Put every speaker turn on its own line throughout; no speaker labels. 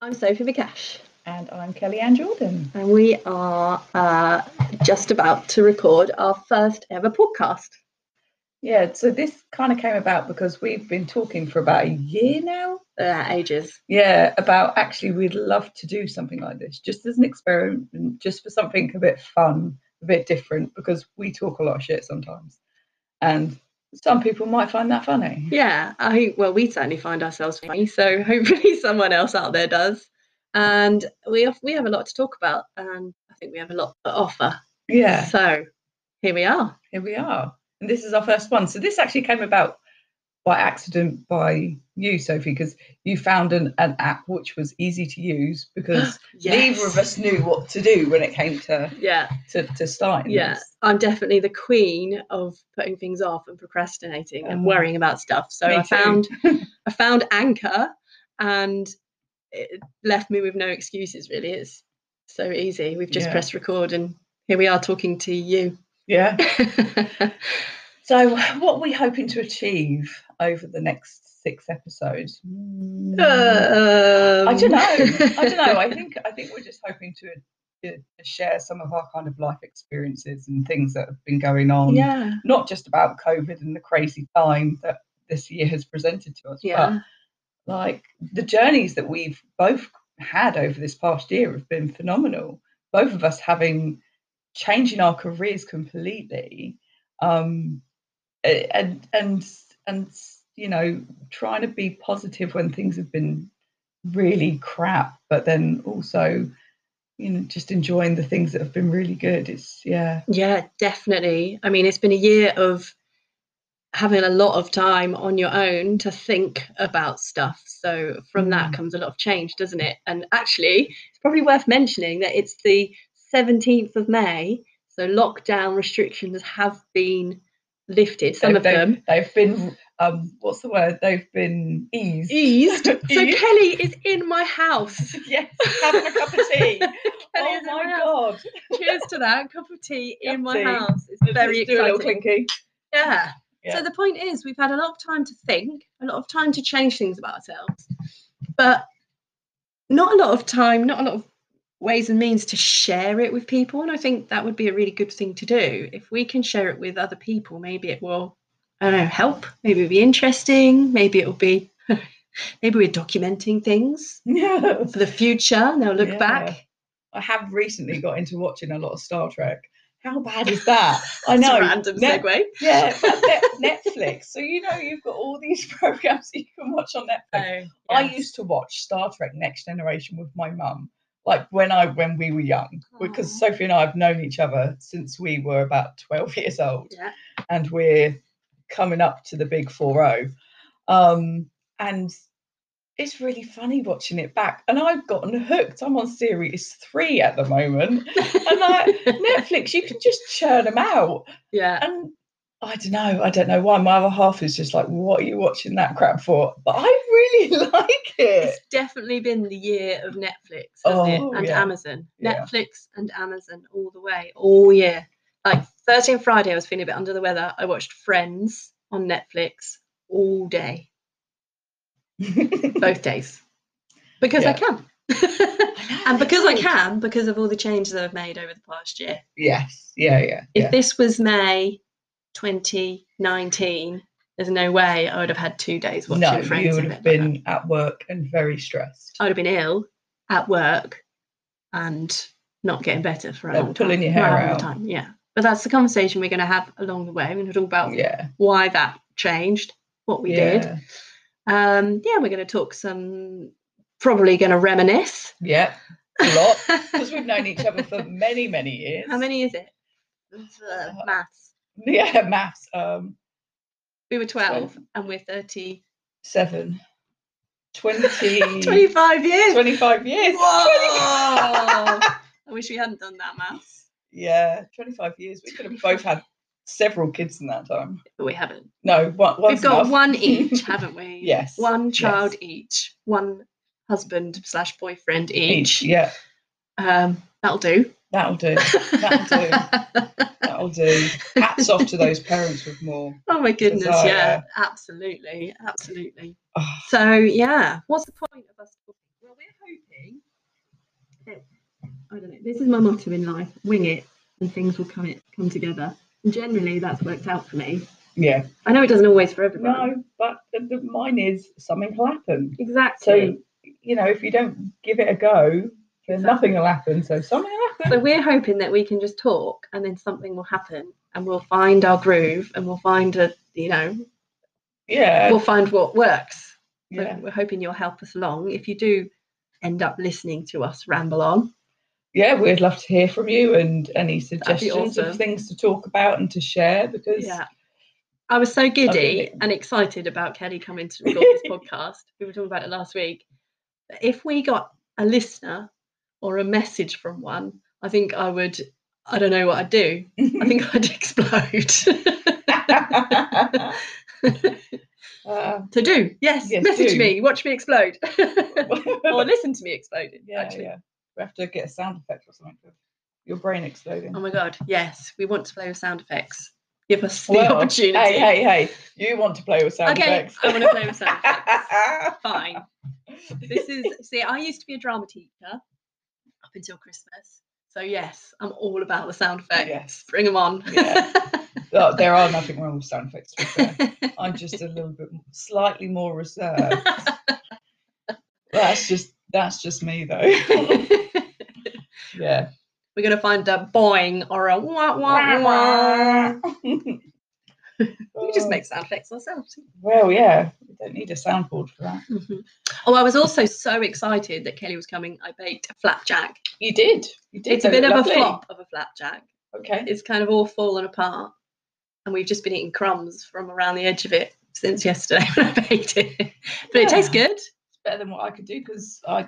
I'm Sophie Vikesh,
And I'm Kelly Ann Jordan.
and we are uh, just about to record our first ever podcast.
Yeah, so this kind of came about because we've been talking for about a year now.
Uh, ages.
Yeah, about actually we'd love to do something like this, just as an experiment, just for something a bit fun, a bit different, because we talk a lot of shit sometimes. And some people might find that funny.
Yeah, I think- well, we certainly find ourselves funny, so hopefully someone else out there does. And we have, we have a lot to talk about, and I think we have a lot to offer.
Yeah,
So here we are.
here we are. And this is our first one. So this actually came about by accident by you, Sophie, because you found an, an app which was easy to use because neither of us knew what to do when it came to
Yeah,
to, to starting
yeah.
this.
I'm definitely the queen of putting things off and procrastinating and
Oh,
worrying about stuff. So
me
I
too.
found I found Anchor and it left me with no excuses really. It's so easy. We've just
Yeah.
pressed record and here we are talking to you.
yeah
yeah.
so what are we hoping to achieve over the next six episodes Mm,
Uh, Um,
i don't know i don't know i think i think we're just hoping to, to share some of our kind of life experiences and things that have been going on
yeah.
not just about covid and the crazy time that this year has presented to us
Yeah.
but like the journeys that we've both had over this past year have been phenomenal both of us having changing our careers completely um a- and and and you know trying to be positive when things have been really crap but then also you know just enjoying the things that have been really good it's yeah
Yeah, definitely. I mean, it's been a year of having a lot of time on your own to think about stuff. So from that
Mm.
comes a lot of change, doesn't it? And actually, it's probably worth mentioning that it's the 17th of May. So lockdown restrictions have been lifted, some
They've-
of them.
they've been um what's the word they've been eased
Eased. So
Eased.
Kelly is in my house.
yes having a cup of tea
Kelly
oh
is in my
my
house.
god
Cheers to that. Cup of tea
Cup
in
of
my
tea.
house. It's
Let's
very
just do a little
exciting.
clinky
Yeah.
Yeah.
So the point is, we've had a lot of time to think, a lot of time to change things about ourselves, but not a lot of time, not a lot of ways and means to share it with people. And I think that would be a really good thing to do. If we can share it with other people, maybe it will, I don't know, help. Maybe it'll be interesting. Maybe it'll be, maybe we're documenting things
yeah
for the future. And they'll look
Yeah.
back.
I have recently got into watching a lot of Star Trek. How bad is that? I
It's
know.
a random
Net-
segue.
yeah, but Net- Netflix. So you know you've got all these programs that you can watch on Netflix. I
Oh, yes.
used to watch Star Trek Next Generation with my mum, like when I when we were young, because
Aw.
Sophie and I have known each other since we were about twelve years old
Yeah.
and we're coming up to the big 4-0 um and it's really funny watching it back and i've gotten hooked i'm on series three at the moment and like netflix you can just churn them out
yeah.
and i don't know i don't know why my other half is just like what are you watching that crap for but i really like it
it's definitely been the year of Netflix, hasn't
Oh,
it? And
yeah.
Amazon.
Yeah.
Netflix and Amazon all the way, all year. Like Thursday and Friday, I was feeling a bit under the weather. I watched Friends on Netflix all day, both days, because I
Yeah.
can. and because I can, because of all the changes that I've made over the past year.
yes yeah yeah,
If
yeah.
this was May 2019, there's no way I would have had two days watching
no
Friends.
you
and
would
a
have
bit like that.
been at work and very stressed
I would have been ill at work and not getting better for a
Or
long
pulling
time.
your hair
well, a long
out.
time, yeah. But that's the conversation we're going to have along the way. We're going to talk about
yeah
why that changed, what we
yeah.
did. Um, yeah, we're going to talk some, probably going to reminisce.
yeah a lot because we've known each other for many, many years.
How many is it? Uh, maths.
Yeah, maths. Um,
We were 12
Twen-
and we're 30.
seven. 20,
25 years.
25 years.
Whoa! I wish we hadn't done that maths,
Yeah, 25 years. We could have both had several kids in that time.
but we haven't.
No, one, one's
We've got
enough.
one each, haven't we?
Yes.
One child each, one husband slash boyfriend
each.
each.
Yeah,
Um, that'll do.
that'll do. That'll That'll do. Hats off to those parents with more.
oh my goodness,
Bizarre,
yeah,
yeah.
absolutely, absolutely.
Ah,
So yeah, what's the point of us talking? Well, we're hoping I don't know. This is my motto in life: wing it, and things will come it come together. And generally, that's worked out for me.
Yeah.
I know it doesn't always for everyone.
No, but the, the, mine is something will happen.
Exactly.
So, you know, if you don't give it a go, then nothing will happen. So something will happen.
So, we're hoping that we can just talk, and then something will happen, and we'll find our groove, and we'll find a you know
Yeah.
we'll find what works. So
yeah.
we're hoping you'll help us along. If you do end up listening to us ramble on,
Yeah, we'd love to hear from you and any suggestions
awesome.
of things to talk about and to share because
yeah. I was so giddy
Okay.
and excited about Kelly coming to record this podcast. We were talking about it last week. But if we got a listener or a message from one, I think I would. I don't know what I'd do. I think I'd explode.
uh,
to do, yes.
Yes,
message
do.
me. Watch me explode, or
yeah,
listen to me explode. actually.
yeah. We have to get a sound effect or something for your brain exploding.
Oh my god, yes, we want to play with sound effects. Give us the
Well,
opportunity.
Hey, hey, hey! You want to play with sound
okay,
effects?
I want to play with sound effects. Fine. This is see, I used to be a drama teacher up until Christmas. So yes, I'm all about the sound effects.
Yes.
Bring them on.
Yeah. Oh, there are nothing wrong with sound effects. to be fair. I'm just a little bit m- slightly more reserved. that's just that's just me though. yeah.
We're gonna find a boing or a wah wah wah. We just
Oh,
make sound effects ourselves.
well, yeah. We don't need a soundboard for that.
Mhm. Oh, I was also so excited that Kelly was coming. I baked a flapjack.
You did. You did.
It's a
they were
bit of
lovely.
a flop of a flapjack.
Okay.
it's kind of all fallen apart and we've just been eating crumbs from around the edge of it since yesterday when I baked it. But it tastes good.
better than what I could do because I,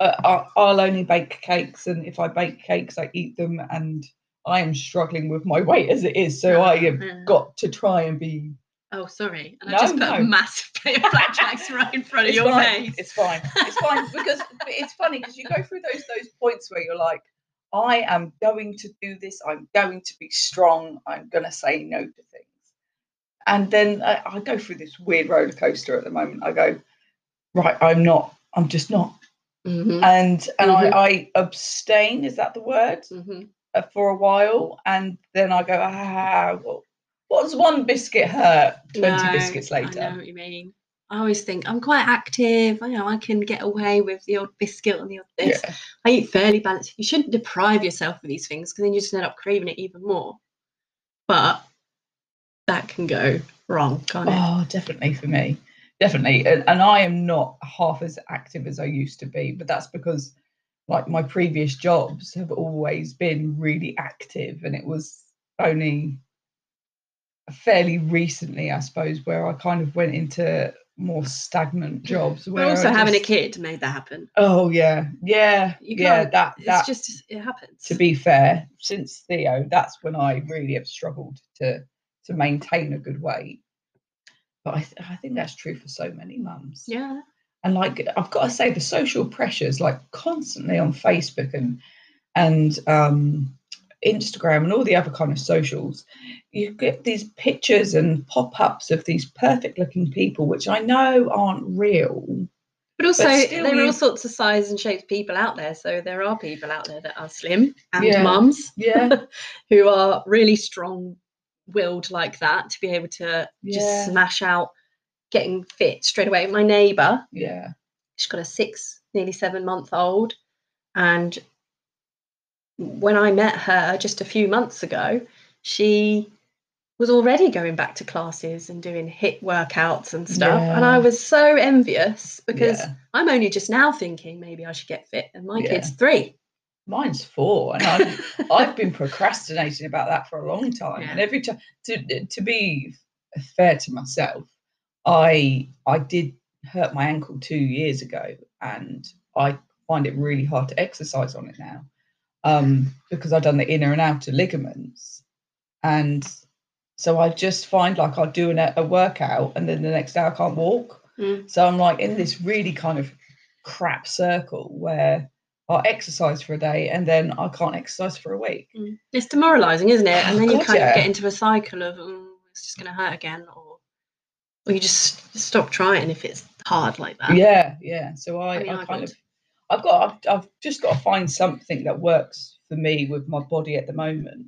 uh, I I'll only bake cakes, and if I bake cakes, I eat them, and I am struggling with my weight as it is. So I have
Mm.
got to try and be.
Oh, sorry. And I
No,
just put a
no.
massive plate of flapjacks right in front of
It's
your
fine.
face.
It's fine. It's fine because but it's funny because you go through those those points where you're like, I am going to do this. I'm going to be strong. I'm going to say no to things. And then I, I go through this weird roller coaster at the moment. I go, right, I'm not. I'm just not.
Mhm,
and and
Mhm.
I, I abstain is that the word
mhm.
uh, for a while and then i go ah well, what's one biscuit hurt 20
No,
biscuits
I know
later
what you mean. I always think I'm quite active. I know I can get away with the old biscuit and the odd this.
yeah
I eat fairly balanced. You shouldn't deprive yourself of these things because then you just end up craving it even more. But that can go wrong, can't it?
oh definitely for me definitely and, and i am not half as active as i used to be but that's because like my previous jobs have always been really active and it was only fairly recently i suppose where i kind of went into more stagnant jobs
But
where I
also having a
just-
kid made that happen.
Oh yeah, yeah,
You
yeah.
can't-
That
It's
that.
just it happens.
to be fair, since Theo, that's when I really have struggled to to maintain a good weight. But I, th- I think that's true for so many mums.
yeah.
And like I've got to say, the social pressures, like constantly on Facebook and and um, Instagram and all the other kind of socials, you get these pictures and pop ups of these perfect looking people, which I know aren't real.
But also,
still
there are
you-
all sorts of sizes and shapes of people out there. So there are people out there that are slim and
Yeah.
mums
Yeah,
who are really strong willed like that to be able to
Yeah.
just smash out getting fit straight away. My neighbour,
yeah,
she's got a six, nearly seven month old. And when I met her just a few months ago, she was already going back to classes and doing hit workouts and stuff. And I
Yeah.
was so envious because
yeah.
I'm only just now thinking maybe I should get fit, and my
Yeah. Um,
kid's three.
mine's four, and I'm I've been procrastinating about that for a long time, and every time to to be fair to myself, I I did hurt my ankle two years ago, and I find it really hard to exercise on it now, um, because I've done the inner and outer ligaments, and so I just find like I do an, a workout, and then the next day I can't walk.
Mm.
So I'm like in this really kind of crap circle where I exercise for a day and then I can't exercise for a week.
It's demoralising, isn't it? And
Oh,
then you
God,
kind
yeah.
of get into a cycle of oh, it's just going to hurt again, or or you just stop trying if it's hard like that.
Yeah, yeah. So I,
I mean,
I,
I
kind
would.
of I've got I've, I've just got to find something that works for me with my body at the moment.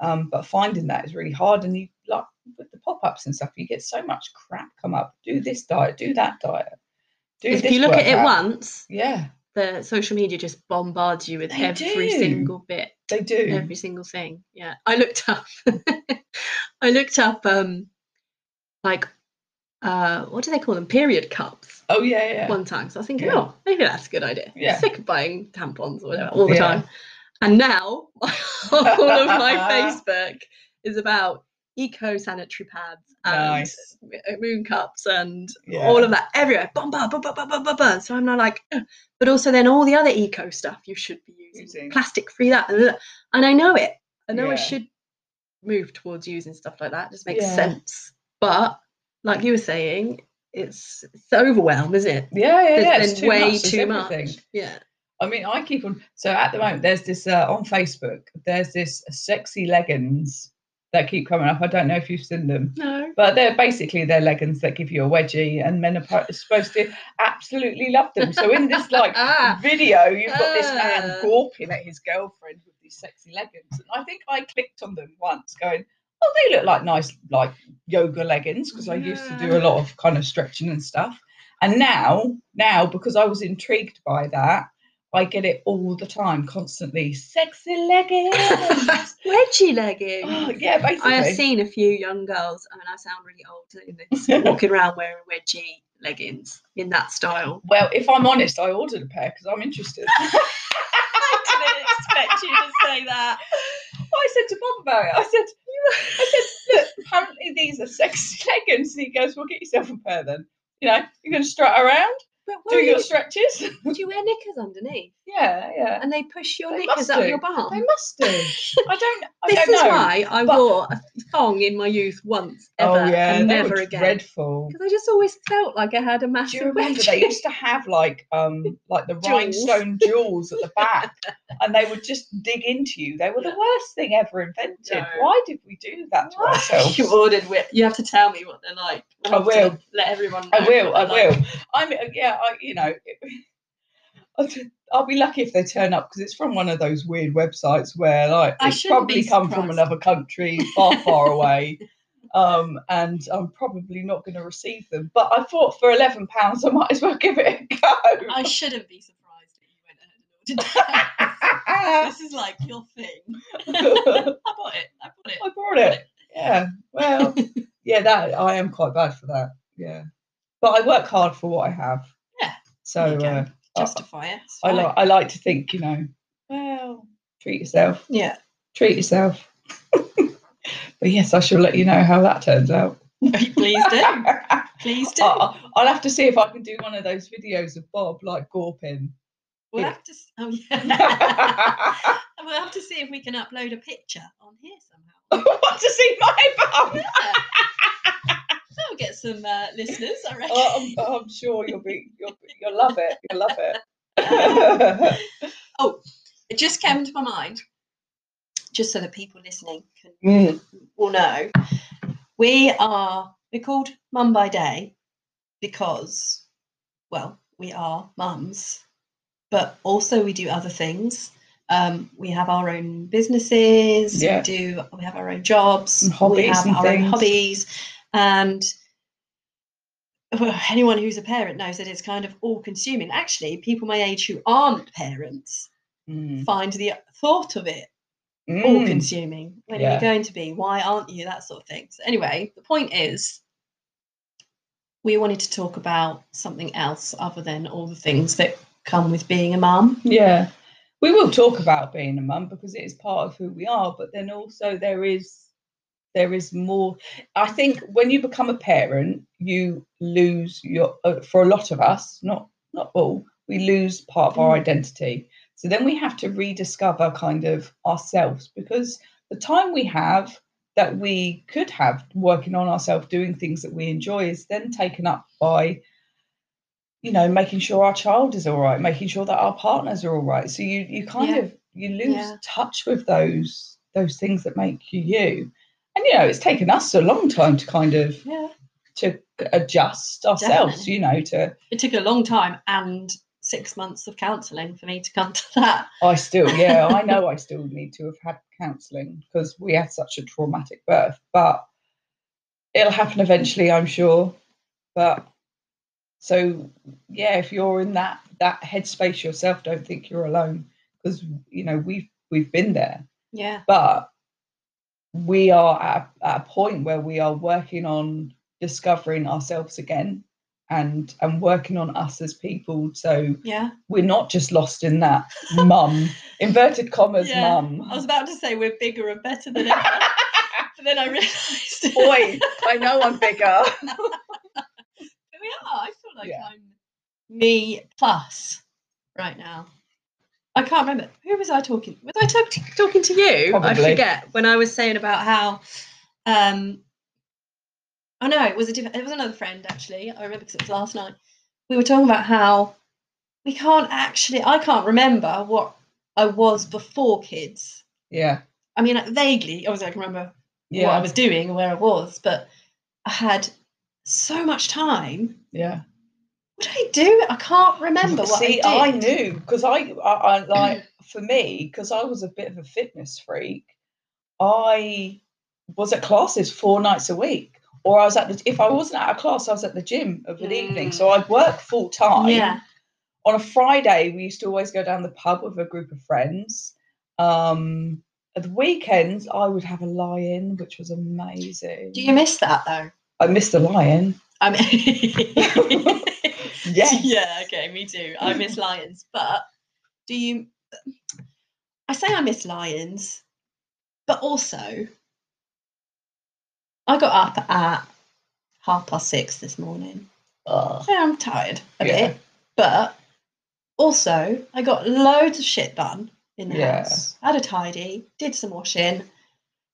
Um, but finding that is really hard. And you like with the pop ups and stuff, you get so much crap come up. Do this diet, do that diet. Do
If
this
you look at it
workout.
once,
yeah,
the social media just bombards you with
They
every
do.
single bit,
they do.
every single thing. Yeah. I looked up I looked up um like uh what do they call them? Period cups
Oh yeah, yeah.
one time. So I was thinking,
Yeah.
oh, maybe that's a good idea.
Yeah.
Sick of buying tampons or whatever all the
Yeah.
time. And now all of my Facebook is about eco sanitary pads and
Nice.
m- moon cups and
Yeah.
um, all of that everywhere. Bum, bum, bum, bum, bum, bum, bum, bum. So I'm not like, "Ugh." but also then all the other eco stuff you should be using,
Using.
plastic free that, and that. and I know it. I know I
Yeah.
should move towards using stuff like that. It just makes
Yeah.
sense. But like you were saying, it's it's overwhelm, is it?
yeah, yeah,
There's
yeah.
been
It's too
way
much. It's
too
everything.
much. Yeah.
I mean, I keep on. So at the moment, there's this uh, on Facebook. There's this sexy leggings that keep coming up. I don't know if you've seen them,
No.
but they're basically they're leggings that give you a wedgie, and men are pro- supposed to absolutely love them. So in this like
Ah.
video, you've got this man
Ah.
gawping at his girlfriend with these sexy leggings, and I think I clicked on them once, going. Oh, they look like nice, like yoga leggings because I used to do a lot of kind of stretching and stuff. And now, now because I was intrigued by that, I get it all the time, constantly. Sexy leggings.
Wedgie legging.
oh, yeah, basically.
I have seen a few young girls, I mean, I sound really old in this, walking around wearing wedgie leggings in that style.
Well, if I'm honest, I ordered a pair because I'm interested. I
expect you to say that.
said to Bob about it. I said, I said, look, apparently these are sexy leggings. And he goes, well, get yourself a pair then. You know, you can strut around,
But
do
why
your
you,
stretches.
do you wear knickers underneath?
yeah, yeah.
And they push your
They
knickers
must
up
do.
your bum.
They must do. I don't. I
this
don't
is
know.
why I
but-
wore a thong in my youth once, ever,
oh yeah,
and
they
never
were
again.
dreadful.
Because I just always felt like I had a
Do
massive
you remember they
wedgie.
used to have like um like the
Jewels.
rhinestone jewels at the back and they would just dig into you. They were the worst thing ever invented.
No.
Why did we do that to ourselves?
you ordered wi- You have to tell me what they're like. We'll
I
have to
will.
Let everyone.
I
know
will, I
what they're
will.
like.
I mean uh, yeah, I you know it- I'll t- I'll be lucky if they turn up because it's from one of those weird websites where like
I
it's
shouldn't be
probably come from
surprised.
another country far, far away. Um, and I'm probably not going to receive them. But I thought for eleven pounds, I might as well give it a go.
I shouldn't be surprised that you went ahead and ordered that. this is like your thing. I bought it. I bought it.
I bought it. Yeah. Well, yeah, that I am quite bad for that. Yeah. But I work hard for what I have.
Yeah,
So
there you go.
uh, I-
Justify it. It's
I,
fine.
like I like to think, you know, well, treat yourself.
Yeah.
Treat yourself. but yes, I shall let you know how that turns out.
Please do. Please do.
I, will have to see if I can do one of those videos of Bob like gorping.
we'll
yeah.
have to. s- Oh yeah.
I
we'll have to see if we can upload a picture on here somehow.
want to see my bum.
Yeah. That'll get some uh, listeners, I reckon.
Oh, I'm, I'm sure you'll be you'll you'll love it. You'll love it.
It just came to my mind, just so that people listening can
Mm,
will know, we are we're called Mum by Day because, well, we are mums, but also we do other things. Um, we have our own businesses.
Yeah.
We do. We have our own jobs.
And hobbies
we have
and
our own
things.
hobbies, and well, anyone who's a parent knows that it's kind of all-consuming. Actually, people my age who aren't parents
mm,
find the thought of it all
mm.
consuming. When are
Yeah.
you going to be? Why aren't you? That sort of thing. So, anyway, the point is, we wanted to talk about something else other than all the things that come with being a mum.
Yeah, we will talk about being a mum because it is part of who we are. But then also there is there is more. I think when you become a parent, you lose your uh, for a lot of us, not not all, we lose part of our
Mm.
identity. So then we have to rediscover kind of ourselves because the time we have that we could have working on ourselves, doing things that we enjoy, is then taken up by, you know, making sure our child is all right, making sure that our partners are all right. So you you kind
Yeah.
of you lose
Yeah.
touch with those those things that make you you. And you know, it's taken us a long time to kind of
Yeah.
to adjust ourselves,
Definitely.
you know, to
It took a long time and six months of counselling for me to come to that.
I still, yeah, I know I still need to have had counselling because we had such a traumatic birth, but it'll happen eventually, I'm sure. But so yeah, if you're in that that headspace yourself, don't think you're alone because you know we've we've been there,
Yeah.
but we are at, a- at a point where we are working on discovering ourselves again and and working on us as people so
Yeah.
we're not just lost in that mum inverted commas
Yeah,
mum
I was about to say we're bigger and better than ever, but then I realised we
boy i know i'm bigger
are. I feel like
Yeah.
I'm me plus right now. I can't remember. Who was I talking? Was I talk- talking to you?
Probably.
I forget when I was saying about how. um Oh no, it was a different. It was another friend actually. I remember because it was last night. We were talking about how we can't actually. I can't remember what I was before kids.
yeah
I mean, vaguely. Obviously, I can remember
yeah
what I was doing and where I was, but I had so much time.
yeah
What did I do? I can't remember what
see
I
i
did.
knew because I, I i like for me because i was a bit of a fitness freak i was at classes four nights a week or i was at the if i wasn't at a class i was at the gym of an evening
Mm.
so i'd work full time
Yeah,
on a Friday, we used to always go down the pub with a group of friends. Um, at the weekends, I would have a lion, which was amazing.
do you miss that though?
I missed the lion.
I mean,
Yes.
yeah, okay, me too. I miss lions, but do you? I say I miss lions, but also I got up at half past six this morning.
Ugh.
Yeah, I'm tired a
Yeah.
bit, but also I got loads of shit done in the
Yeah.
house. Had a tidy, did some washing,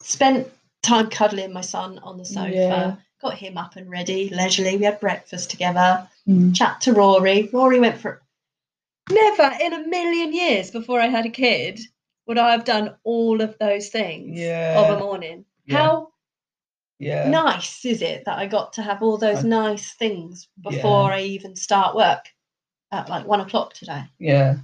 spent time cuddling my son on the sofa,
Yeah.
got him up and ready, leisurely. We had breakfast together,
Mm.
chat to Rory. Rory went for never in a million years before I had a kid would I have done all of those things of
Yeah.
a morning.
Yeah.
How
Yeah.
nice is it that I got to have all those
I-
nice things
Yeah.
before I even start work at like one o'clock today?
Yeah.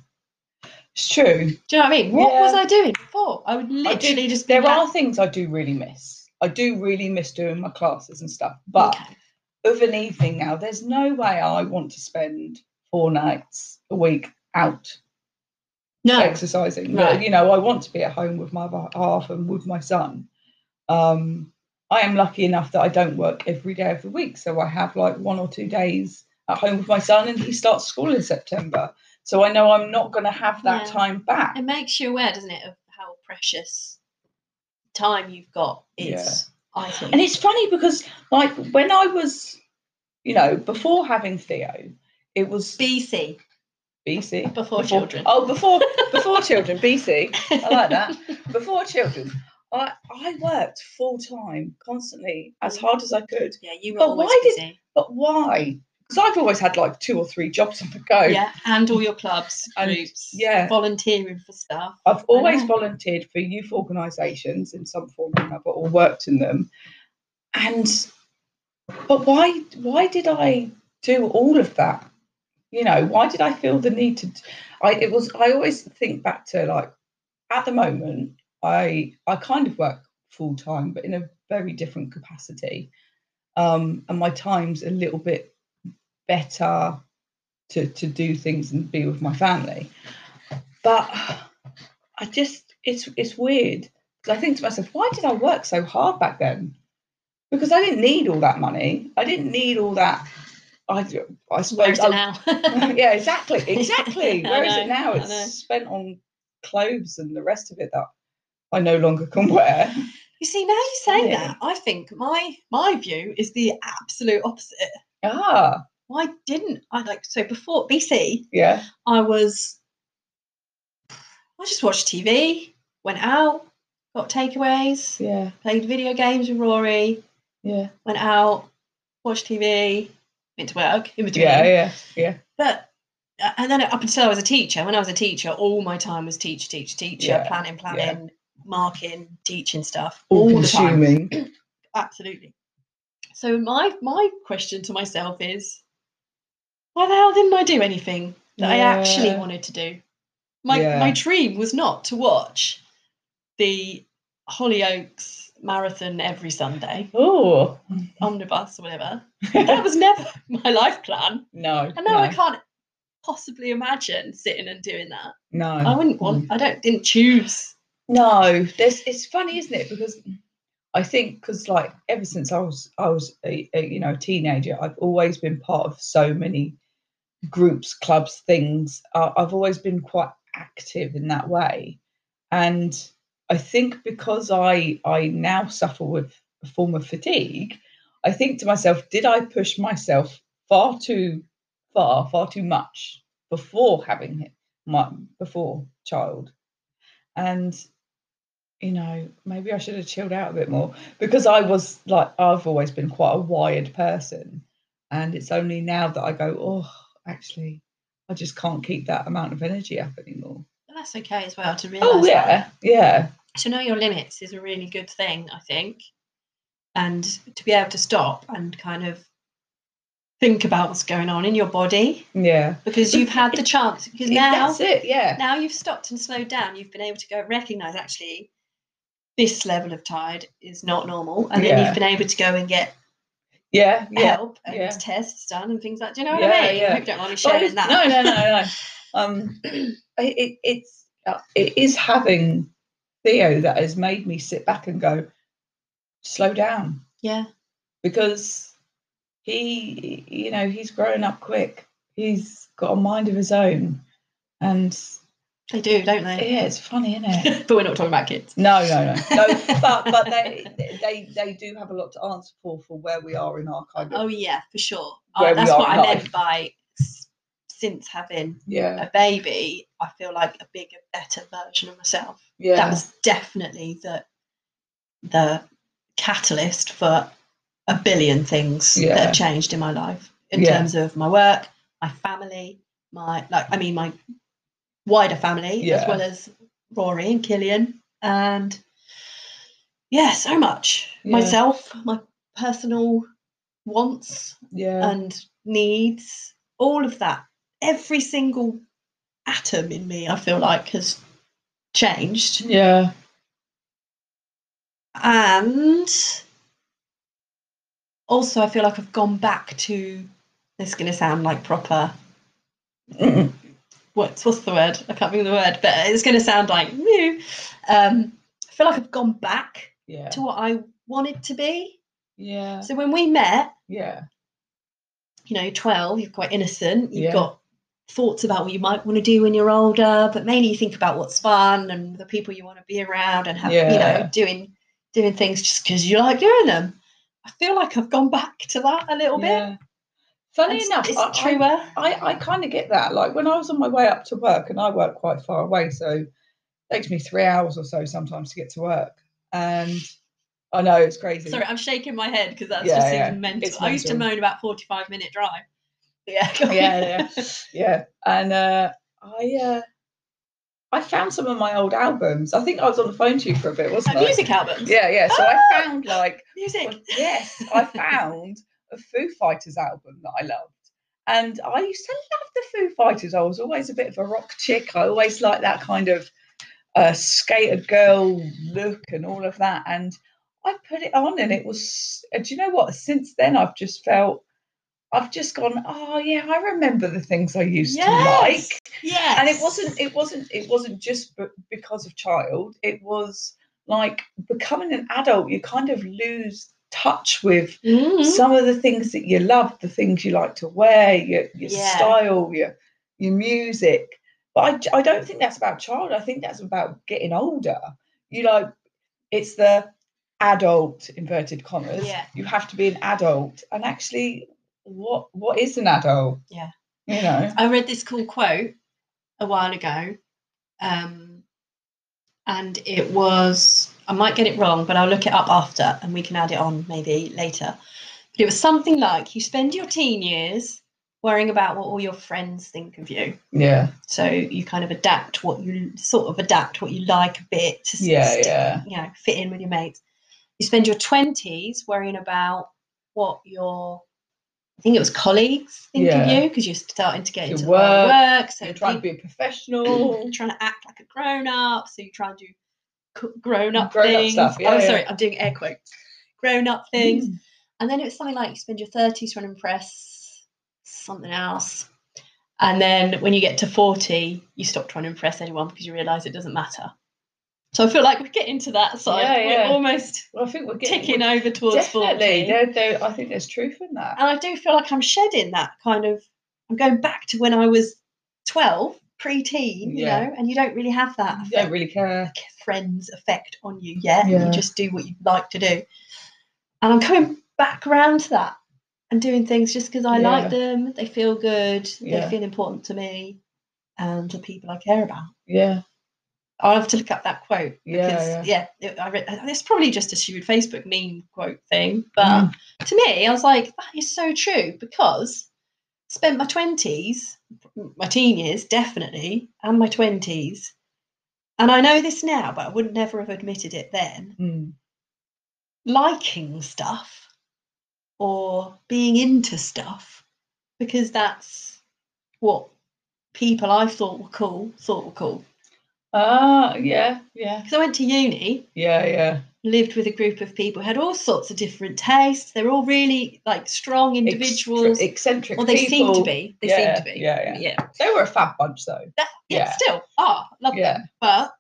It's true.
Do you know what I mean? What was
Yeah.
I doing before? I would
I
literally
do-
just be
there
like,
are things I do really miss. I do really miss doing my classes and stuff. But
"Okay,
of an evening now, there's no way I want to spend four nights a week out
no,
exercising.
Right.
But, you know, I want to be at home with my other half and with my son. Um, I am lucky enough that I don't work every day of the week. So I have like one or two days at home with my son, and he starts school in September. So I know I'm not going to have that
Yeah.
time back.
it makes you aware, doesn't it, of how precious time you've got
Yeah.
is. I think.
And it's funny because, like, when I was, you know, before having Theo, it was
BC
BC.
before,
Before-
children.
Oh, before before children, BC. I like that. Before children, I I worked full time, constantly, as
Mm.
hard as I could.
yeah, you were
But
always
why did-
busy.
But why? Because I've always had like two or three jobs on the go.
Yeah, and all your clubs,
And-
groups,
yeah.
volunteering for stuff.
I've always
know.
volunteered for youth organisations in some form or another, or worked in them. And but why why did I do all of that? You know, why did I feel the need to? I it was I always think back to like at the moment I I kind of work full time, but in a very different capacity, um, and my time's a little bit better to to do things and be with my family, but. I just it's it's weird. 'Cause I think to myself, why did I work so hard back then? Because I didn't need all that money. I didn't need all that. I I
Where's
suppose.
it
I-
now?
yeah, exactly, exactly.
I
Where is it
know,
now?
I
It's
know.
spent on clothes and the rest of it that I no longer can wear.
You see, now you say
Yeah.
that, I think my my view is the absolute opposite.
Ah,
Why didn't I like so before BC?
yeah,
I was I just watched TV, went out, got takeaways,
yeah,
played video games with Rory,
yeah,
went out, watched TV, went to work in between.
yeah, yeah, yeah.
But uh, and then up until I was a teacher, when I was a teacher, all my time was teach, teach, teacher,
Yeah,
planning, planning, marking, teaching stuff,
All,
all the time
consuming.
absolutely. So my my question to myself is, why the hell didn't I do anything that I actually
Yeah.
wanted to do. My
Yeah.
my dream was not to watch the Hollyoaks marathon every Sunday,
Oh
omnibus or whatever. that was never my life plan.
no,
And now I
no,
can't possibly imagine sitting and doing that. I
no,
wouldn't want
mm.
I don't didn't choose.
no. There's it's funny, isn't it? Because I think because like ever since I was I was a, a you know a teenager, I've always been part of so many groups, clubs, things. Uh, I've always been quite active in that way, and I think because I I now suffer with a form of fatigue, I think to myself, did I push myself far too far, far too much before having hi- my before child, and you know maybe I should have chilled out a bit more because I was like I've always been quite a wired person, and it's only now that I go, oh, actually, I just can't keep that amount of energy up anymore.
And that's okay as well to realise
Oh
that.
yeah, yeah,
to know your limits is a really good thing, I think. And to be able to stop and kind of think about what's going on in your body
yeah.
because you've had the chance. Because now,
that's it. Yeah,
now you've stopped and slowed down, you've been able to go recognize actually this level of tide is not normal. And then
Yeah.
you've been able to go and get
yeah, yeah.
help and
yeah.
tests done and things like Do you know what
Yeah,
I mean?
yeah.
I hope you don't mind me
Well,
sharing
it's-
that.
No, no, no, no. Um, it, it, it's uh, it is having Theo that has made me sit back and go, slow down,
Yeah.
because he, you know, he's growing up quick. He's got a mind of his own, and
They do, don't they?
yeah, it's funny, isn't it?
but we're not talking about kids.
No, no, no, no. But but they they they do have a lot to answer for for where we are in our kind of
Oh yeah, for sure.
Where
Oh,
we
that's
are
what
in
I
life.
meant by s- since having
yeah
a baby, I feel like a bigger, better version of myself.
yeah
That was definitely the the catalyst for a billion things that
Yeah.
have changed in my life in
Yeah.
terms of my work, my family, my like I mean my wider family
Yeah.
as well as Rory and Killian and yeah, so much.
Yeah.
Myself, my personal wants
yeah
and needs, all of that, every single atom in me, I feel like has changed.
yeah
And also, I feel like I've gone back to this is going to sound like proper.
Mm.
What's, what's the word? I can't think of the word, but it's going to sound like new. Um, I feel like I've gone back
yeah
to what I wanted to be.
yeah
So when we met,
yeah
you know, 12, you're quite innocent. You've
Yeah.
got thoughts about what you might want to do when you're older, but mainly you think about what's fun and the people you want to be around and have, you
Yeah.
know, doing doing things just because you like doing them. I feel like I've gone back to that a little bit.
yeah. Funny
It's-
enough,
is
I-
it truer?
I, I kind of get that. Like when I was on my way up to work, and I work quite far away, so it takes me three hours or so sometimes to get to work. And I know it's crazy.
Sorry, I'm shaking my head because that's
Yeah,
just
yeah.
seems mental.
It's
I used to
mental.
moan about 45 minute drive. Yeah. go on.
Yeah, yeah. And uh, I uh, I found some of my old albums. I think I was on the phone to you for a bit, wasn't
Uh,
I?
music albums.
Yeah, yeah. So
Ah!
I found like
Music.
yes, I found a Foo Fighters album that I loved. And I used to love the Foo Fighters. I was always a bit of a rock chick. I always liked that kind of uh, skater girl look and all of that. And I put it on, and it was. And do you know what? Since then, I've just felt. I've just gone. Oh yeah, I remember the things I used to like
Yeah.
and it wasn't it wasn't it wasn't just b- because of child it was like becoming an adult you kind of lose touch with
Mm. Mm-hmm.
some of the things that you love the things you like to wear your, your
Yeah.
style your your music but I, j- I don't think that's about child i think that's about getting older you know it's the adult inverted commas
Yeah.
you have to be an adult and actually what what is an adult
Yeah.
you know
I read this cool quote a while ago, um, and it was I might get it wrong, but I'll look it up after, and we can add it on maybe later. But it was something like you spend your teen years worrying about what all your friends think of you,
yeah
so you kind of adapt what you sort of adapt what you like a bit to s-
yeah
stick-
yeah
you know fit in with your mates. You spend your twenties worrying about what your think it was colleagues think
Yeah.
of you because you're starting to get
Your
into the world
work,
work. So
You're trying to
people-
be a professional.
trying to act like a grown up. So you try and do c- grown up
Grown up
things.
stuff, yeah,
oh,
yeah.
sorry, I'm doing air quotes. Grown up things.
Mm.
And then it was something like you spend your 30s trying to impress something else. And then when you get to 40, you stop trying to impress anyone because you realise it doesn't matter. So I feel like we're getting to that side.
Yeah, yeah.
We're almost
Well, I think we're getting
ticking over towards 40.
definitely. There, there, I think there's truth in that.
And I do feel like I'm shedding that kind of, I'm going back to when I was 12, pre-teen,
Yeah.
you know, and you don't really have that
You don't really care.
like friends effect on you yet.
Yeah.
You just do what you like to do. And I'm coming back around to that and doing things just because I
Yeah.
like them. They feel good.
Yeah.
They feel important to me and to people I care about.
Yeah,
I'll have to look up that quote
Yeah,
because, yeah, it, I re- it's probably just a stupid Facebook meme quote thing. But
Mm,
to me, I was like, that is so true because spent my 20s, my teen years, definitely, and my 20s. And I know this now, but I would never have admitted it then.
Mm.
Liking stuff or being into stuff because that's what people I thought were cool thought were cool.
Ah, yeah, yeah,
Because I went to uni
yeah, yeah.
lived with a group of people who had all sorts of different tastes. They're all really like strong
Extra-
individuals.
eccentric.
Well, they seem
people.
to be. They
Yeah,
seem to be.
yeah, yeah.
yeah.
They were a fab bunch, though.
That, yeah,
Yeah.
Still are love
Yeah.
them, but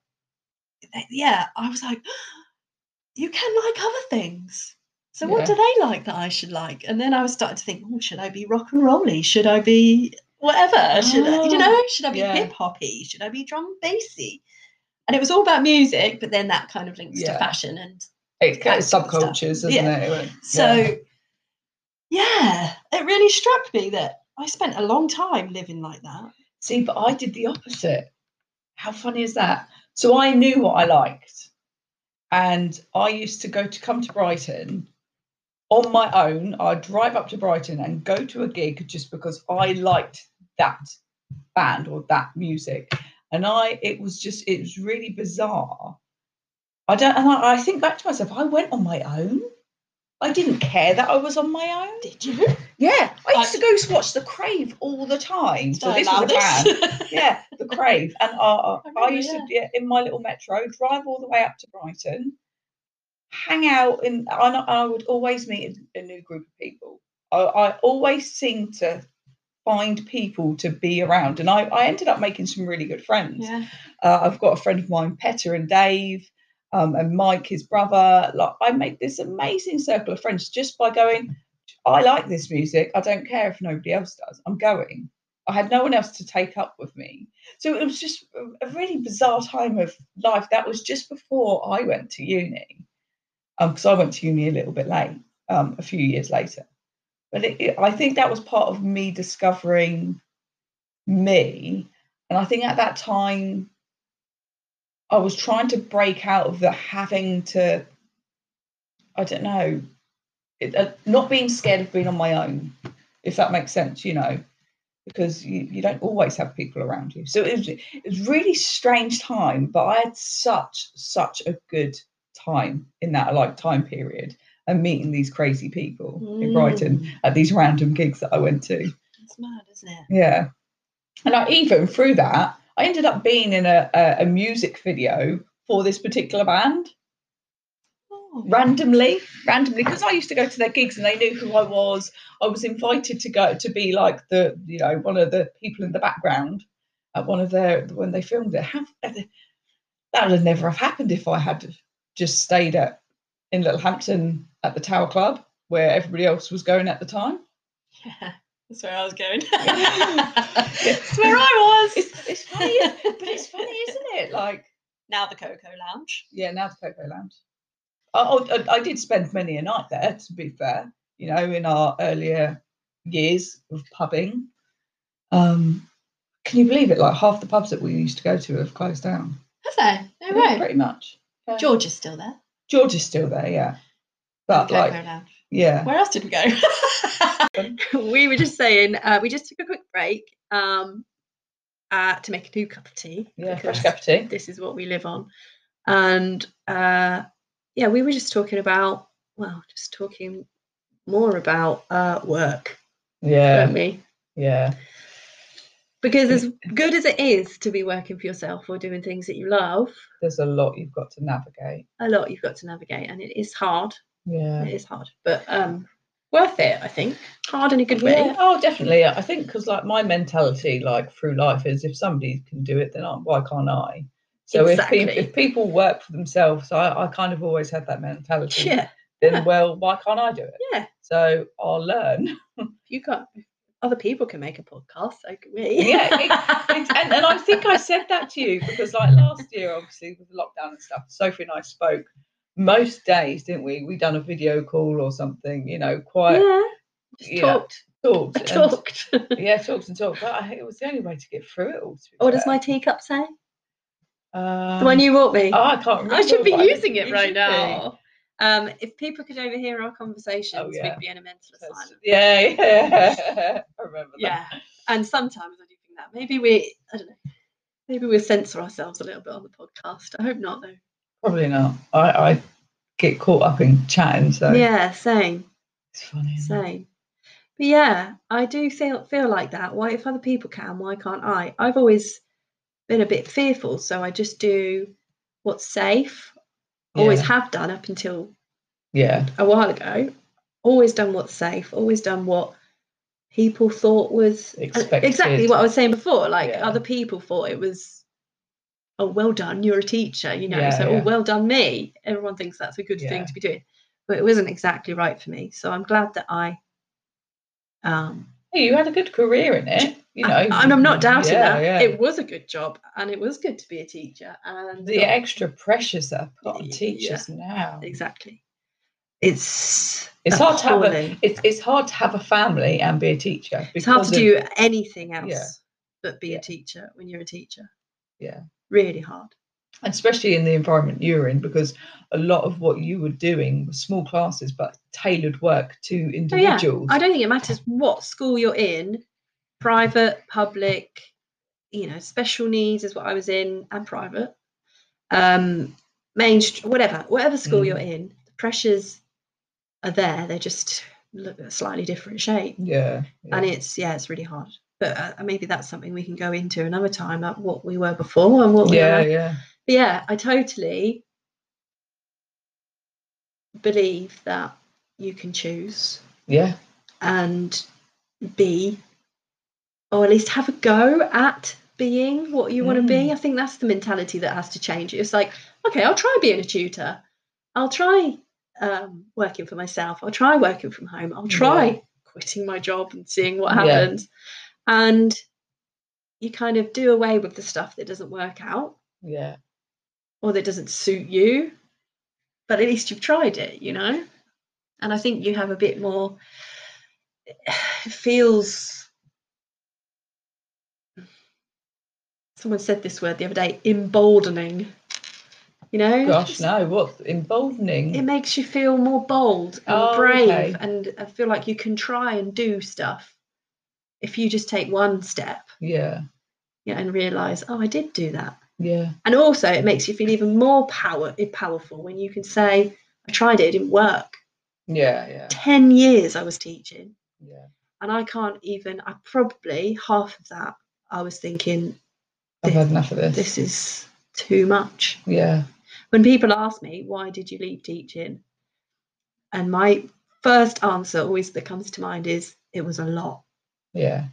they- yeah, I was like, you can like other things. So
Yeah.
what do they like that I should like? And then I was starting to think, oh, should I be rock and rolly? Should I be whatever? Should I,
Ah,
you know? Should I be
yeah.
hip hoppy? Should I be drum and bassy? And it was all about music, but then that kind of links
Yeah.
to fashion and
It's kind
That
of
sort of stuff.
subcultures, isn't
Yeah.
it? It?
So, yeah. it really struck me that I spent a long time living like that.
See, but I did the opposite. How funny is that? So I knew what I liked. And I used to go to come to Brighton on my own. I'd drive up to Brighton and go to a gig just because I liked that band or that music. And I it was just it was really bizarre. I don't and I, I think back to myself, I went on my own. I didn't care that I was on my own.
Did you?
Yeah. I used
I-
to go to watch The Crave all the time. So this was a band
this?
yeah, the crave. And I, I,
I
I
remember,
used to yeah, in my little metro, drive all the way up to Brighton, hang out, and I, know- I would always meet a, a new group of people. I, I always seem to find people to be around, and I, I ended up making some really good friends.
yeah.
Uh, I've got a friend of mine, Petter and Dave, um, and Mike, his brother. Like I made this amazing circle of friends just by going. I like this music. I don't care if nobody else does. I'm going. I had no one else to take up with me. So it was just a- a really bizarre time of life. That was just before I went to uni, because I went to uni a little bit late, um, a few years later. But it, it, I think that was part of me discovering me. And I think at that time, I was trying to break out of the having to, I don't know, it, uh, not being scared of being on my own, if that makes sense, you know, because you, you don't always have people around you. So it was, it was really strange time, but I had such, such a good time in that like time period and meeting these crazy people in Brighton
Mm.
at these random gigs that I went to.
It's mad, isn't it?
Yeah. And I even through that, I ended up being in a, a, a music video for this particular band
Oh,
randomly, randomly, because I used to go to their gigs and they knew who I was. I was invited to go to be like the, you know, one of the people in the background at one of their, when they filmed it. How, that would have never have happened if I had just stayed at, in Littlehampton at the Tower Club where everybody else was going at the time.
yeah. That's where I was going. That's where I was.
It's, it's funny, but it's funny, isn't it? Like,
now the Cocoa Lounge.
Yeah, now the Cocoa Lounge. Oh, oh, I, I did spend many a night there, to be fair, you know, in our earlier years of pubbing. Um, can you believe it? Like half the pubs that we used to go to have closed down.
Have they? No
Yeah,
way.
Pretty much. Yeah.
George is still there.
George is still there, yeah. But
the Cocoa
like,
Lounge.
yeah.
Where else did we go?
we were just saying uh, we just took a quick break um, uh, to make a new cup of tea.
Yeah,
because
fresh cup of tea.
This is what we live on, and uh, yeah, we were just talking about well, just talking more about uh, work
Yeah.
won't we?
Yeah.
Because as good as it is to be working for yourself or doing things that you love,
There's a lot you've got to navigate.
a lot you've got to navigate, and it is hard.
Yeah.
It is hard, but um, worth it, I think. Hard in a good way.
Yeah, oh, definitely. I think because like my mentality, like through life, is if somebody can do it, then I- why can't I? So if,
Exactly.
people, if people work for themselves, I, I kind of always had that mentality.
Yeah,
Then
yeah.
well, why can't I do it?
Yeah.
So I'll learn.
if you got other people can make a podcast, so can we.
Yeah. It's- and, and I think I said that to you because like last year, obviously with lockdown and stuff, Sophie and I spoke most days, didn't we? We done a video call or something, you know, quite
yeah. Just
yeah,
talked.
talked,
I
and-
talked.
yeah, talked and talked. But I think it was the only way to get through it all. To be
what does
fair.
my teacup say?
Um,
the one you bought me.
Oh, I can't remember.
I should be
but think
using it
you
right
should be.
now. Um, if people could overhear our conversations,
Oh, yeah.
we'd be in a mental
That's-
asylum.
Yeah, yeah. I remember
Yeah, and sometimes I do think that maybe we, I don't know, maybe we censor ourselves a little bit on the podcast. I hope not though.
that. Probably not. I, I get caught up in chatting, so
Yeah, same,
it's funny. isn't it?
same. But yeah, I do feel feel like that. Why, if other people can, why can't I? I've always been a bit fearful, so I just do what's safe. Always
Yeah.
have done up until
Yeah,
a while ago, always done what's safe, always done what people thought was and exactly
Expected.
what I was saying before. Like
Yeah.
other people thought it was, oh, well done, you're a teacher, you know,
Yeah,
so,
yeah.
oh, well done, me. Everyone thinks that's a good
Yeah.
thing to be doing, but it wasn't exactly right for me. So I'm glad that I. Um,
Hey, you had a good career in it, you know.
I- and I'm not doubting
yeah,
that
Yeah.
it was a good job and it was good to be a teacher and
the extra pressures that are put on
Yeah.
teachers now.
exactly, it's
It's hard to have a
appalling.
it's, it's hard to have a family and be a teacher.
it's hard
because
to
of-
do anything else but be
Yeah.
a teacher when you're a teacher.
Yeah.
Really hard.
and especially in the environment you were in, because a lot of what you were doing was small classes, but tailored work to individuals.
Oh, I don't think it matters what school you're in, private, public, you know, special needs is what I was in and private. Um mainstream whatever, whatever school you're
Mm.
in, the pressures are there. They're just look a slightly different shape.
Yeah, yeah.
And it's yeah, it's really hard. But uh, maybe that's something we can go into another time at what we were before and what we are
yeah, yeah,
But yeah, I totally believe that you can choose
yeah,
and be, or at least have a go at being what you want to
Mm.
be. I think that's the mentality that has to change. It's like, okay, I'll try being a tutor. I'll try um, working for myself. I'll try working from home. I'll
Yeah.
try quitting my job and seeing what
Yeah.
happens. And you kind of do away with the stuff that doesn't work out
yeah.
or that doesn't suit you, but at least you've tried it, you know? And I think you have a bit more, it feels, someone said this word the other day, emboldening, you know?
Gosh,
Just-
no, what emboldening?
It makes you feel more bold and
Oh,
brave,
okay.
and I feel like you can try and do stuff if you just take one step
yeah,
you know, and realize, oh, I did do that.
yeah,
And also, it makes you feel even more power eh, powerful when you can say, "I tried it; it didn't work."
yeah, yeah,
Ten years I was teaching,
yeah.
and I can't even. I probably half of that I was thinking,
I've had enough of this.
"This is too much."
yeah,
When people ask me, "Why did you leave teaching?" and my first answer always that comes to mind is, "It was a lot."
yeah,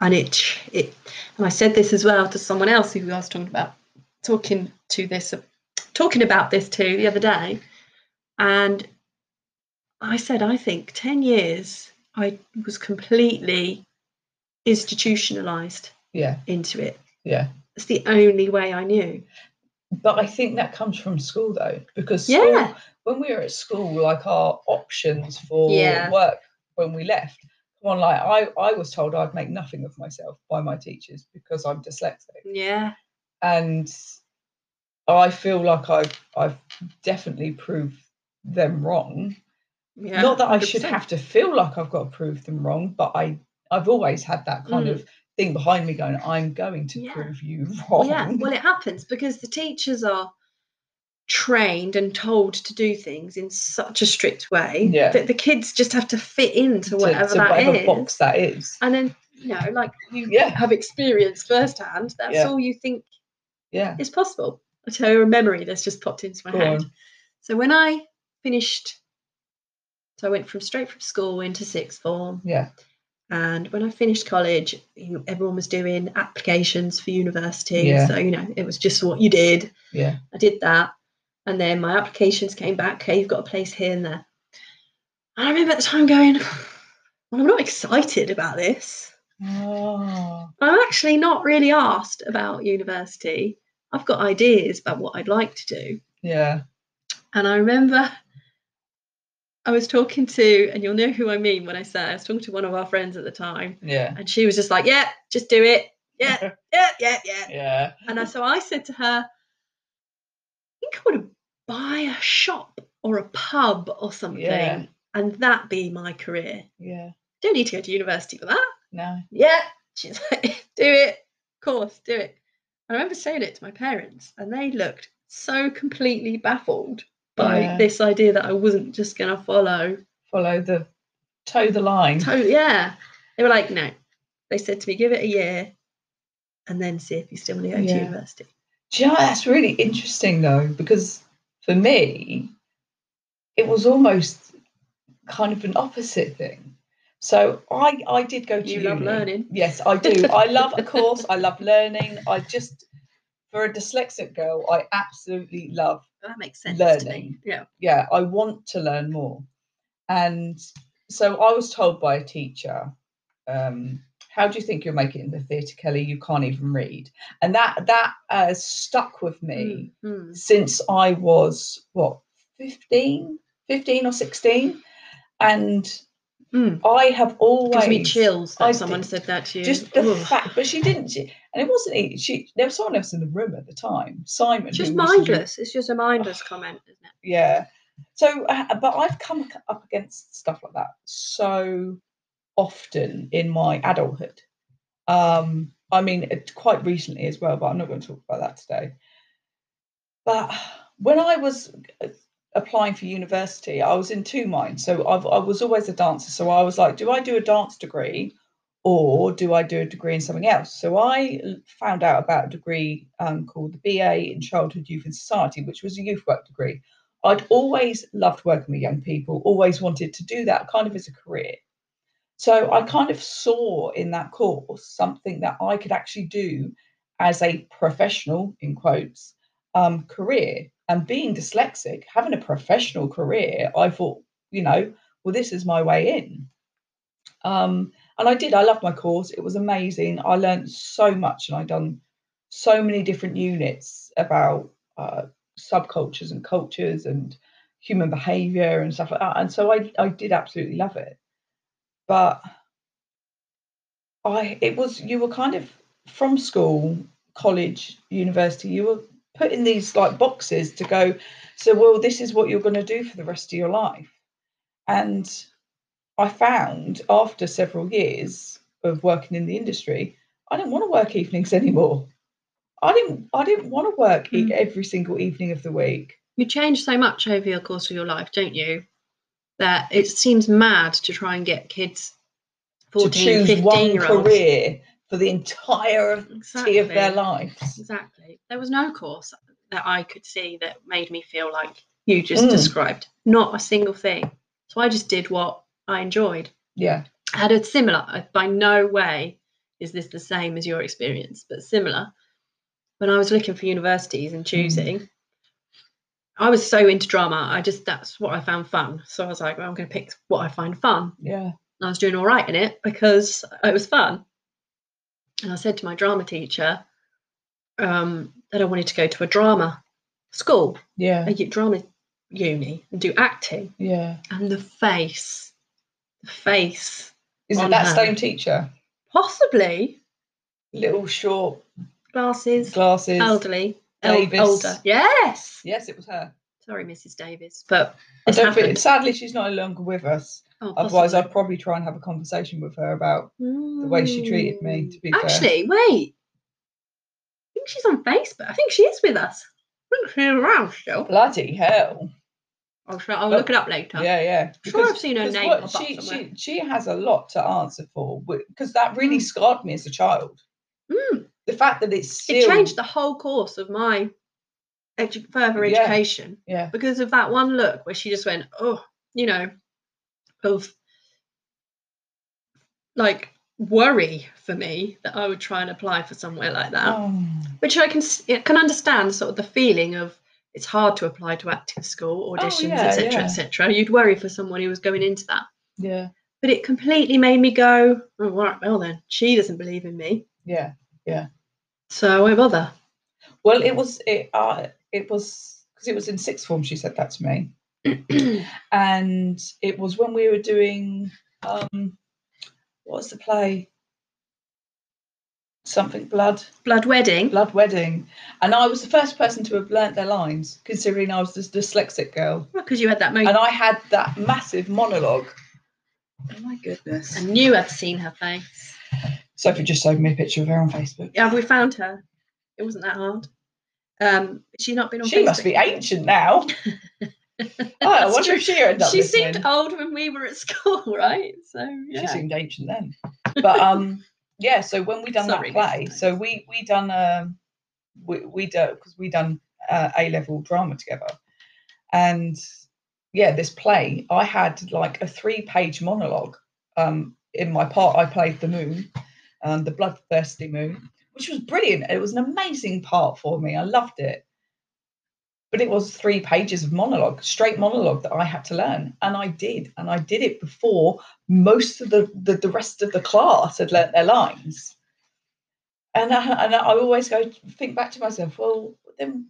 and it ch- it and I said this as well to someone else who I was talking about talking to this talking about this too the other day and I said I think 10 years I was completely institutionalized
yeah,
into it
yeah.
it's the only way I knew
But I think that comes from school though, because school,
yeah
when we were at school, like our options for
Yeah.
work when we left, come on, like I, I was told I'd make nothing of myself by my teachers because I'm dyslexic.
yeah
and I feel like I've I've definitely proved them wrong.
yeah
Not that I should
100%.
have to feel like I've got to prove them wrong, but I I've always had that kind
Mm.
of thing behind me going, I'm going to
Yeah.
prove you wrong.
yeah well it happens because the teachers are trained and told to do things in such a strict way
Yeah.
that the kids just have to fit into whatever
to, to
that
whatever
is.
box that is.
And then, you know, like you
Yeah.
have experienced firsthand, that's
Yeah.
all you think
Yeah.
is possible. I'll tell you a memory that's just popped into my
Go
head.
on.
So when I finished, so I went from straight from school into sixth form.
Yeah.
And when I finished college, you know, everyone was doing applications for university.
Yeah.
So, you know, it was just what you did.
Yeah.
I did that. And then my applications came back. Okay, you've got a place here and there. And I remember at the time going, well, I'm not excited about this.
Oh,
I'm actually not really asked about university. I've got ideas about what I'd like to do.
yeah.
And I remember I was talking to, and you'll know who I mean when I say I was talking to one of our friends at the time,
Yeah.
and she was just like, "Yeah, just do it. Yeah, yeah, yeah, yeah."
yeah.
And I, so I said to her, "I think I want to buy a shop or a pub or something,
Yeah.
and that be my career.
Yeah.
Don't need to go to university for that."
No.
Yeah, she's like, "Do it, of course, do it." And I remember saying it to my parents, and they looked so completely baffled by
Yeah.
this idea that I wasn't just going to follow.
Follow the toe the line.
Totally, yeah. They were like, no. They said to me, give it a year and then see if you still want to go
Yeah.
to university.
Do you know that's really interesting though? Because for me, it was almost kind of an opposite thing. So I I did go to
You love
uni.
learning.
Yes, I do. I love a course. I love learning. I just for a dyslexic girl, I absolutely love
That makes sense to me.
Learning.
Yeah.
yeah, I want to learn more. And so I was told by a teacher, um, how do you think you'll make it in the theatre, Kelly? You can't even read. And that that uh, stuck with me
Mm,
since I was what 15, 15 or 16. And
mm.
I have always
Gives me chills that
I
someone
think
said that to you.
just the
Ugh.
fact, but she didn't. She, and it wasn't. e- She there was someone else in the room at the time, Simon.
It's just
who was the-
mindless. It's just a mindless comment, isn't it?
yeah so uh, but i've come ac- up against stuff like that so often in my adulthood um i mean it- quite recently as well but i'm not going to talk about that today but when i was uh, applying for university i was in two minds so I've, i was always a dancer so i was like do i do a dance degree or do i do a degree in something else so i l- found out about a degree um, called the ba in childhood youth and society which was a youth work degree I'd always loved working with young people, always wanted to do that kind of as a career. So I kind of saw in that course something that I could actually do as a professional, in quotes, um, career. And being dyslexic, having a professional career, I thought, you know, well, this is my way in. Um, and I did. I loved my course. It was amazing. I learned so much, and i done so many different units about uh, subcultures and cultures and human behavior and stuff like that. And so I, I did absolutely love it. But I it was you were kind of from school, college, university, you were put in these like boxes to go, so well, this is what you're gonna do for the rest of your life. And I found after several years of working in the industry, I didn't want to work evenings anymore. I didn't I didn't want to work e-
Mm.
every single evening of the week.
You change so much over your course of your life, don't you? That it seems mad to try and get kids 14,
to choose
15
one
year olds.
career for the entirety
exactly.
of their lives.
Exactly. There was no course that I could see that made me feel like you just
Mm.
described. Not a single thing. So I just did what I enjoyed.
Yeah,
I had a similar, uh, by no way is this the same as your experience, but similar. When I was looking for universities and choosing, I was so into drama. I just, that's what I found fun. So I was like, well, I'm going to pick what I find fun
yeah,
and I was doing all right in it because it was fun. And I said to my drama teacher um, that I wanted to go to a drama school,
yeah,
a u- drama uni, and do acting.
yeah.
And the face, the face,
Is it
On
that
her.
same teacher?
possibly
Little short
glasses,
glasses.
elderly, el-
Davis.
older. Yes.
Yes, it was her.
Sorry, Mrs. Davis, but
I
it's
don't think,
happened.
sadly, she's no longer with us.
Oh,
Otherwise,
possibly.
I'd probably try and have a conversation with her about the way she treated me, to be fair.
Actually, wait. I think she's on Facebook. I think she is with us. think she's around still.
Bloody hell.
I'll, try- I'll look it up later.
Oh, Yeah, yeah.
sure
Because-
I've seen her
because
name
what-
pop up
she,
somewhere.
she, she has a lot to answer for because that really scarred me as a child.
Mm,
The fact that it's still.
it changed the whole course of my edu- further
Yeah.
education
Yeah.
because of that one look where she just went, oh, you know, of like worry for me that I would try and apply for somewhere like that.
Oh.
which I can s- I can understand sort of the feeling of it's hard to apply to acting school auditions
Oh, yeah,
etc
yeah.
etc you'd worry for someone who was going into that
Yeah.
but it completely made me go oh, well, well then she doesn't believe in me
Yeah.
so I bother
Well, it was it. Uh, it was because it was in sixth form. She said that to me, and it was when we were doing um, what's the play? Something blood,
blood wedding
blood wedding, and I was the first person to have learnt their lines, considering I was this dyslexic girl,
because you had that moment
and I had that massive monologue. Oh my
I
goodness!
knew I'd seen her face
Sophie just showed me a picture of her on Facebook.
yeah we found her it wasn't that hard um she's not been on
She must
Facebook.
be ancient now. oh, I
That's
wonder
true.
if she ended up
she
listening.
seemed old when we were at school right so yeah
she seemed ancient then. But um, yeah. So when we done
Sorry,
that play,
listeners.
so we we done um, we we do because we done uh, A level drama together, and yeah, this play I had like a three page monologue. Um, in my part, I played the moon, um, the bloodthirsty moon, which was brilliant. It was an amazing part for me. I loved it. But it was three pages of monologue, straight monologue that I had to learn. And I did. And I did it before most of the, the, the rest of the class had learnt their lines. And I, and I always go think back to myself, well, then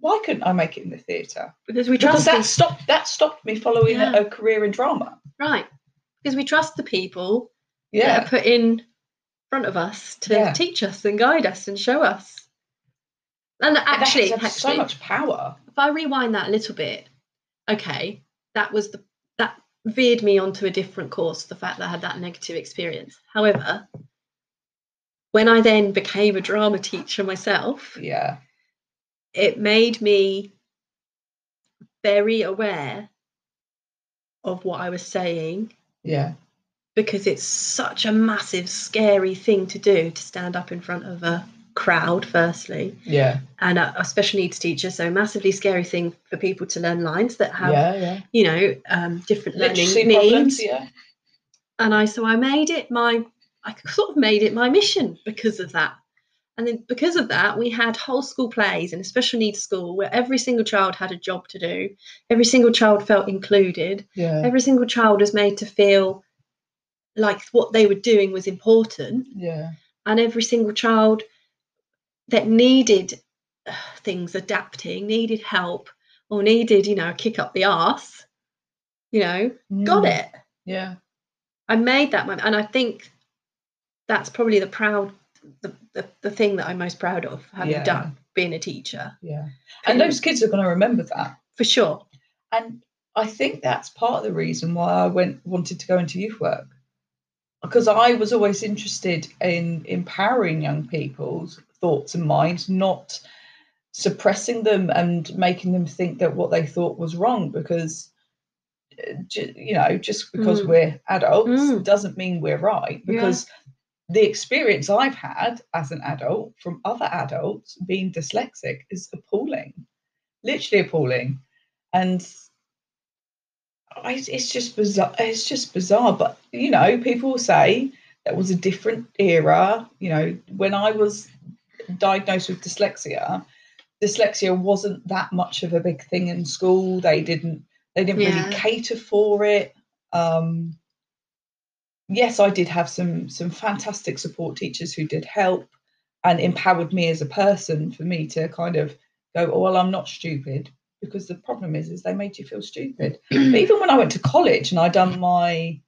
why couldn't I make it in the theatre?
because we
Because
trust
that stopped that stopped me following
Yeah.
a, a career in drama.
right because we trust the people that
Yeah,
are put in front of us to
Yeah.
teach us and guide us and show us. And
But that
actually,
has had
actually,
so much power.
if I rewind that a little bit, okay, that was the that veered me onto a different course. The fact that I had that negative experience. However, when I then became a drama teacher myself,
Yeah,
it made me very aware of what I was saying
yeah,
because it's such a massive, scary thing to do to stand up in front of a crowd, firstly,
yeah,
and uh, a, a special needs teacher. So, massively scary thing for people to learn lines that have,
yeah, yeah.
you know, um, different learning
Literacy
needs.
problems, yeah,
And I, so I made it my, I sort of made it my mission because of that. And then because of that, we had whole school plays in a special needs school where every single child had a job to do, every single child felt included
yeah,
every single child was made to feel like what they were doing was important
yeah,
and every single child that needed uh, things adapting needed help or needed you know a kick up the arse you know got
Mm,
it
Yeah,
i made that one and i think that's probably the proud the, the, the thing that i'm most proud of having
Yeah.
done being a teacher
yeah. And those kids are going to remember that.
for sure
and I think that's part of the reason why I went wanted to go into youth work because I was always interested in empowering young people's thoughts and minds, not suppressing them and making them think that what they thought was wrong because uh, ju- you know just because
Mm.
we're adults
Mm.
doesn't mean we're right
Yeah.
because the experience i've had as an adult from other adults being dyslexic is appalling literally appalling and I, it's just bizarre it's just bizarre but you know people say that was a different era you know when i was diagnosed with dyslexia dyslexia wasn't that much of a big thing in school they didn't they didn't
Yeah.
really cater for it um yes i did have some some fantastic support teachers who did help and empowered me as a person for me to kind of go oh well i'm not stupid because the problem is is they made you feel stupid but
Mm.
even when i went to college and i done my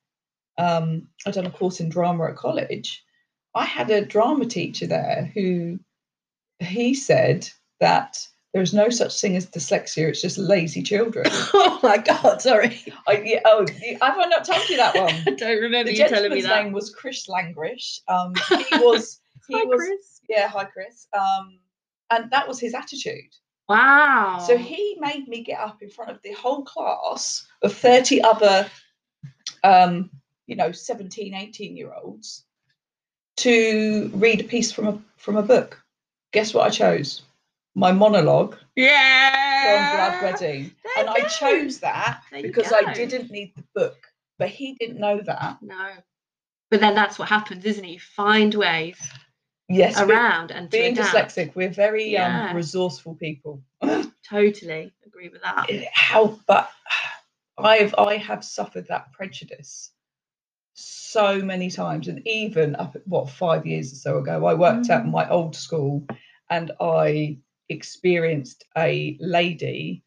um i done a course in drama at college i had a drama teacher there who he said that there is no such thing as dyslexia it's just lazy children
oh my god sorry
I, yeah, oh you- have i not told you that one
i don't remember
the
you telling me
gentleman's
that
name was chris langrish um he was he
Hi,
was
Chris.
yeah hi chris um and that was his attitude
Wow.
So he made me get up in front of the whole class of 30 other, um, you know, 17, 18 year olds to read a piece from a, from a book. Guess what I chose? My monologue from Blood
Yeah.
Wedding.
Ah, There you
And I
go.
chose that
There you
because I
go.
didn't need the book, but he didn't know that.
No. But then that's what happens, isn't it? You find ways
Yes, but
around and to
being
adapt.
dyslexic, we're very
Yeah.
um, resourceful people.
Totally agree with that.
how but i've i have suffered that prejudice so many times and even up at what five years or so ago i worked at
Mm.
my old school and i experienced a lady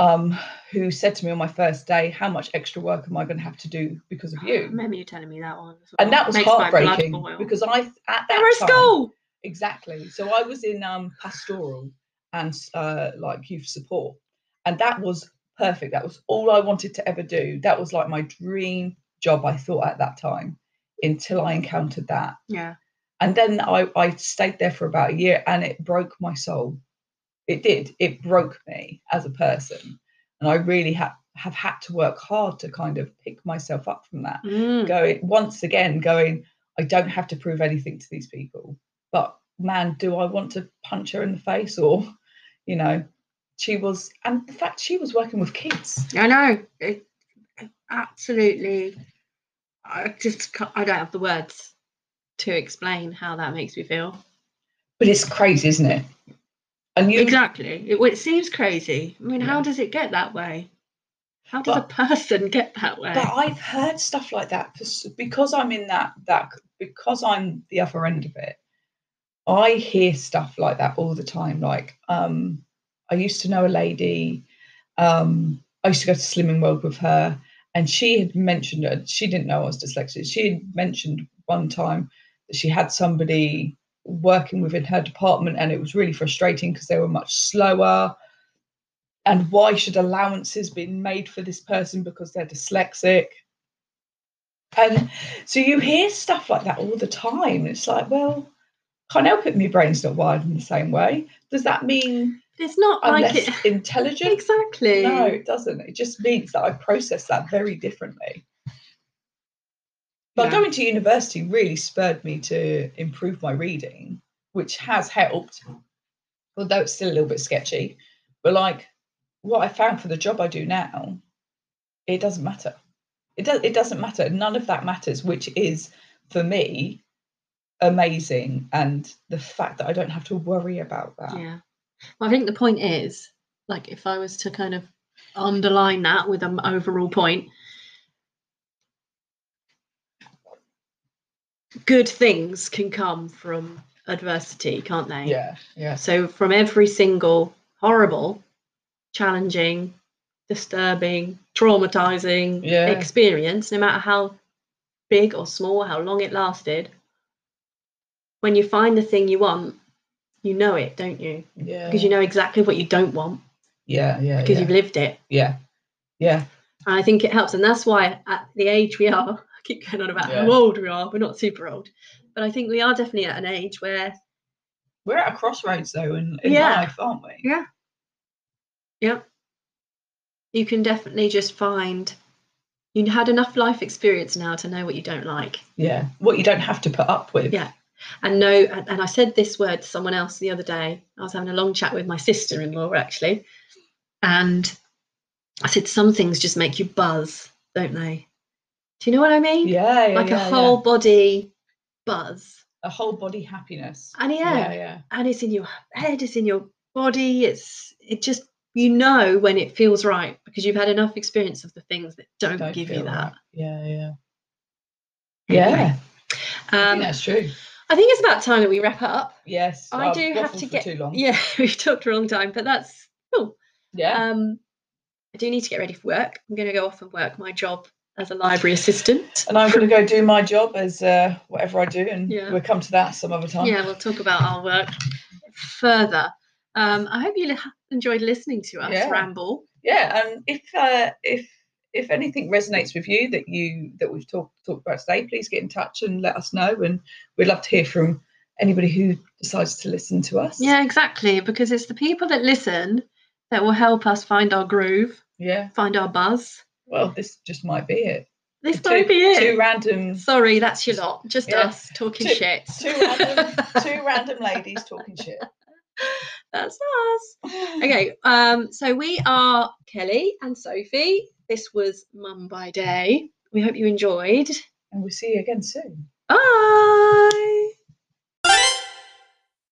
um, who said to me on my first day how much extra work am i going to have to do because of
I
you
remember you telling me that one. as
and
well.
that was
Makes my blood
heartbreaking
boil.
because i at that
they were at
time-
school.
Exactly. So I was in um, pastoral and uh, like youth support, and that was perfect. That was all I wanted to ever do. That was like my dream job. I thought at that time, until I encountered that,
Yeah.
and then I, I stayed there for about a year, and it broke my soul. It did. It broke me as a person, and I really ha- have had to work hard to kind of pick myself up from that
Mm.
going once again going i don't have to prove anything to these people but man do i want to punch her in the face or you know she was and the fact she was working with kids
I know. It, absolutely. I just ca- I don't have the words to explain how that makes me feel.
but it's crazy isn't it and you
Exactly. It, well, it seems crazy. I mean, how
Yeah.
does it get that way? How does
But-
a person get that way?
but i've heard stuff like that for s- because i'm in that that because i'm the other end of it i hear stuff like that all the time like um i used to know a lady um i used to go to slimming world with her and she had mentioned uh, she didn't know i was dyslexic she had mentioned one time that she had somebody working within her department and it was really frustrating because they were much slower and why should allowances be made for this person because they're dyslexic and so you hear stuff like that all the time it's like well can't help it my brain's not wired in the same way does that mean
it's not
i'm
like
less
it.
intelligent
Exactly.
no it doesn't it just means that i process that very differently but
Yeah.
going to university really spurred me to improve my reading which has helped although it's still a little bit sketchy but like what i found for the job i do now it doesn't matter it, does. it doesn't matter none of that matters which is for me amazing and the fact that i don't have to worry about that
Yeah. Well, I think the point is, like, if I was to kind of underline that with an overall point, good things can come from adversity, can't they?
yeah yeah
So, from every single horrible, challenging, disturbing, traumatizing
Yeah.
experience, no matter how big or small, how long it lasted, when you find the thing you want, you know it, don't you?
yeah
because you know exactly what you don't want
yeah yeah
because
yeah.
you've lived it.
yeah yeah
And I think it helps. And that's why at the age we are, I keep going on about
Yeah.
how old we are. We're not super old, but I think we are definitely at an age where,
we're at a crossroads though in, in
Yeah.
life aren't we
yeah, yeah, you can definitely just find you had enough life experience now to know what you don't like.
yeah what you don't have to put up with
Yeah. And no, and and I said this word to someone else the other day. I was having a long chat with my sister in law, actually. And I said, Some things just make you buzz, don't they? Do you know what I mean?
yeah, yeah,
like
yeah,
a
yeah.
whole body buzz.
a whole body happiness
And yeah,
yeah yeah
and it's in your head, it's in your body, it's it just you know when it feels right because you've had enough experience of the things that don't,
Don't
give you
feel
that.
right. yeah yeah
Anyway,
yeah I think
Um,
that's true
I think it's about time that we wrap up.
yes
I
I've
do have
waffled
to
for
get-
too long
Yeah, we've talked a long time, but that's cool.
yeah
Um, I do need to get ready for work. I'm going to go off and work my job as a library assistant.
and I'm going to go do my job as uh, whatever I do, and
Yeah.
we'll come to that some other time.
Yeah, we'll talk about our work further. Um, I hope you li- enjoyed listening to us
Yeah.
ramble.
yeah and if uh, if if anything resonates with you that you that we've talked talked about today please get in touch and let us know and we'd love to hear from anybody who decides to listen to us.
Yeah, exactly. Because it's the people that listen that will help us find our groove,
Yeah.
find our buzz.
Well, this just might be it.
This
Two-
might be
Two
it.
random
Sorry, that's your lot. Just
Yeah.
us talking
Two-
shit.
two random two random ladies talking shit.
that's us. Okay, um, so we are Kelly and Sophie. This was Mum by Day. We hope you enjoyed.
And we'll see you again soon.
Bye.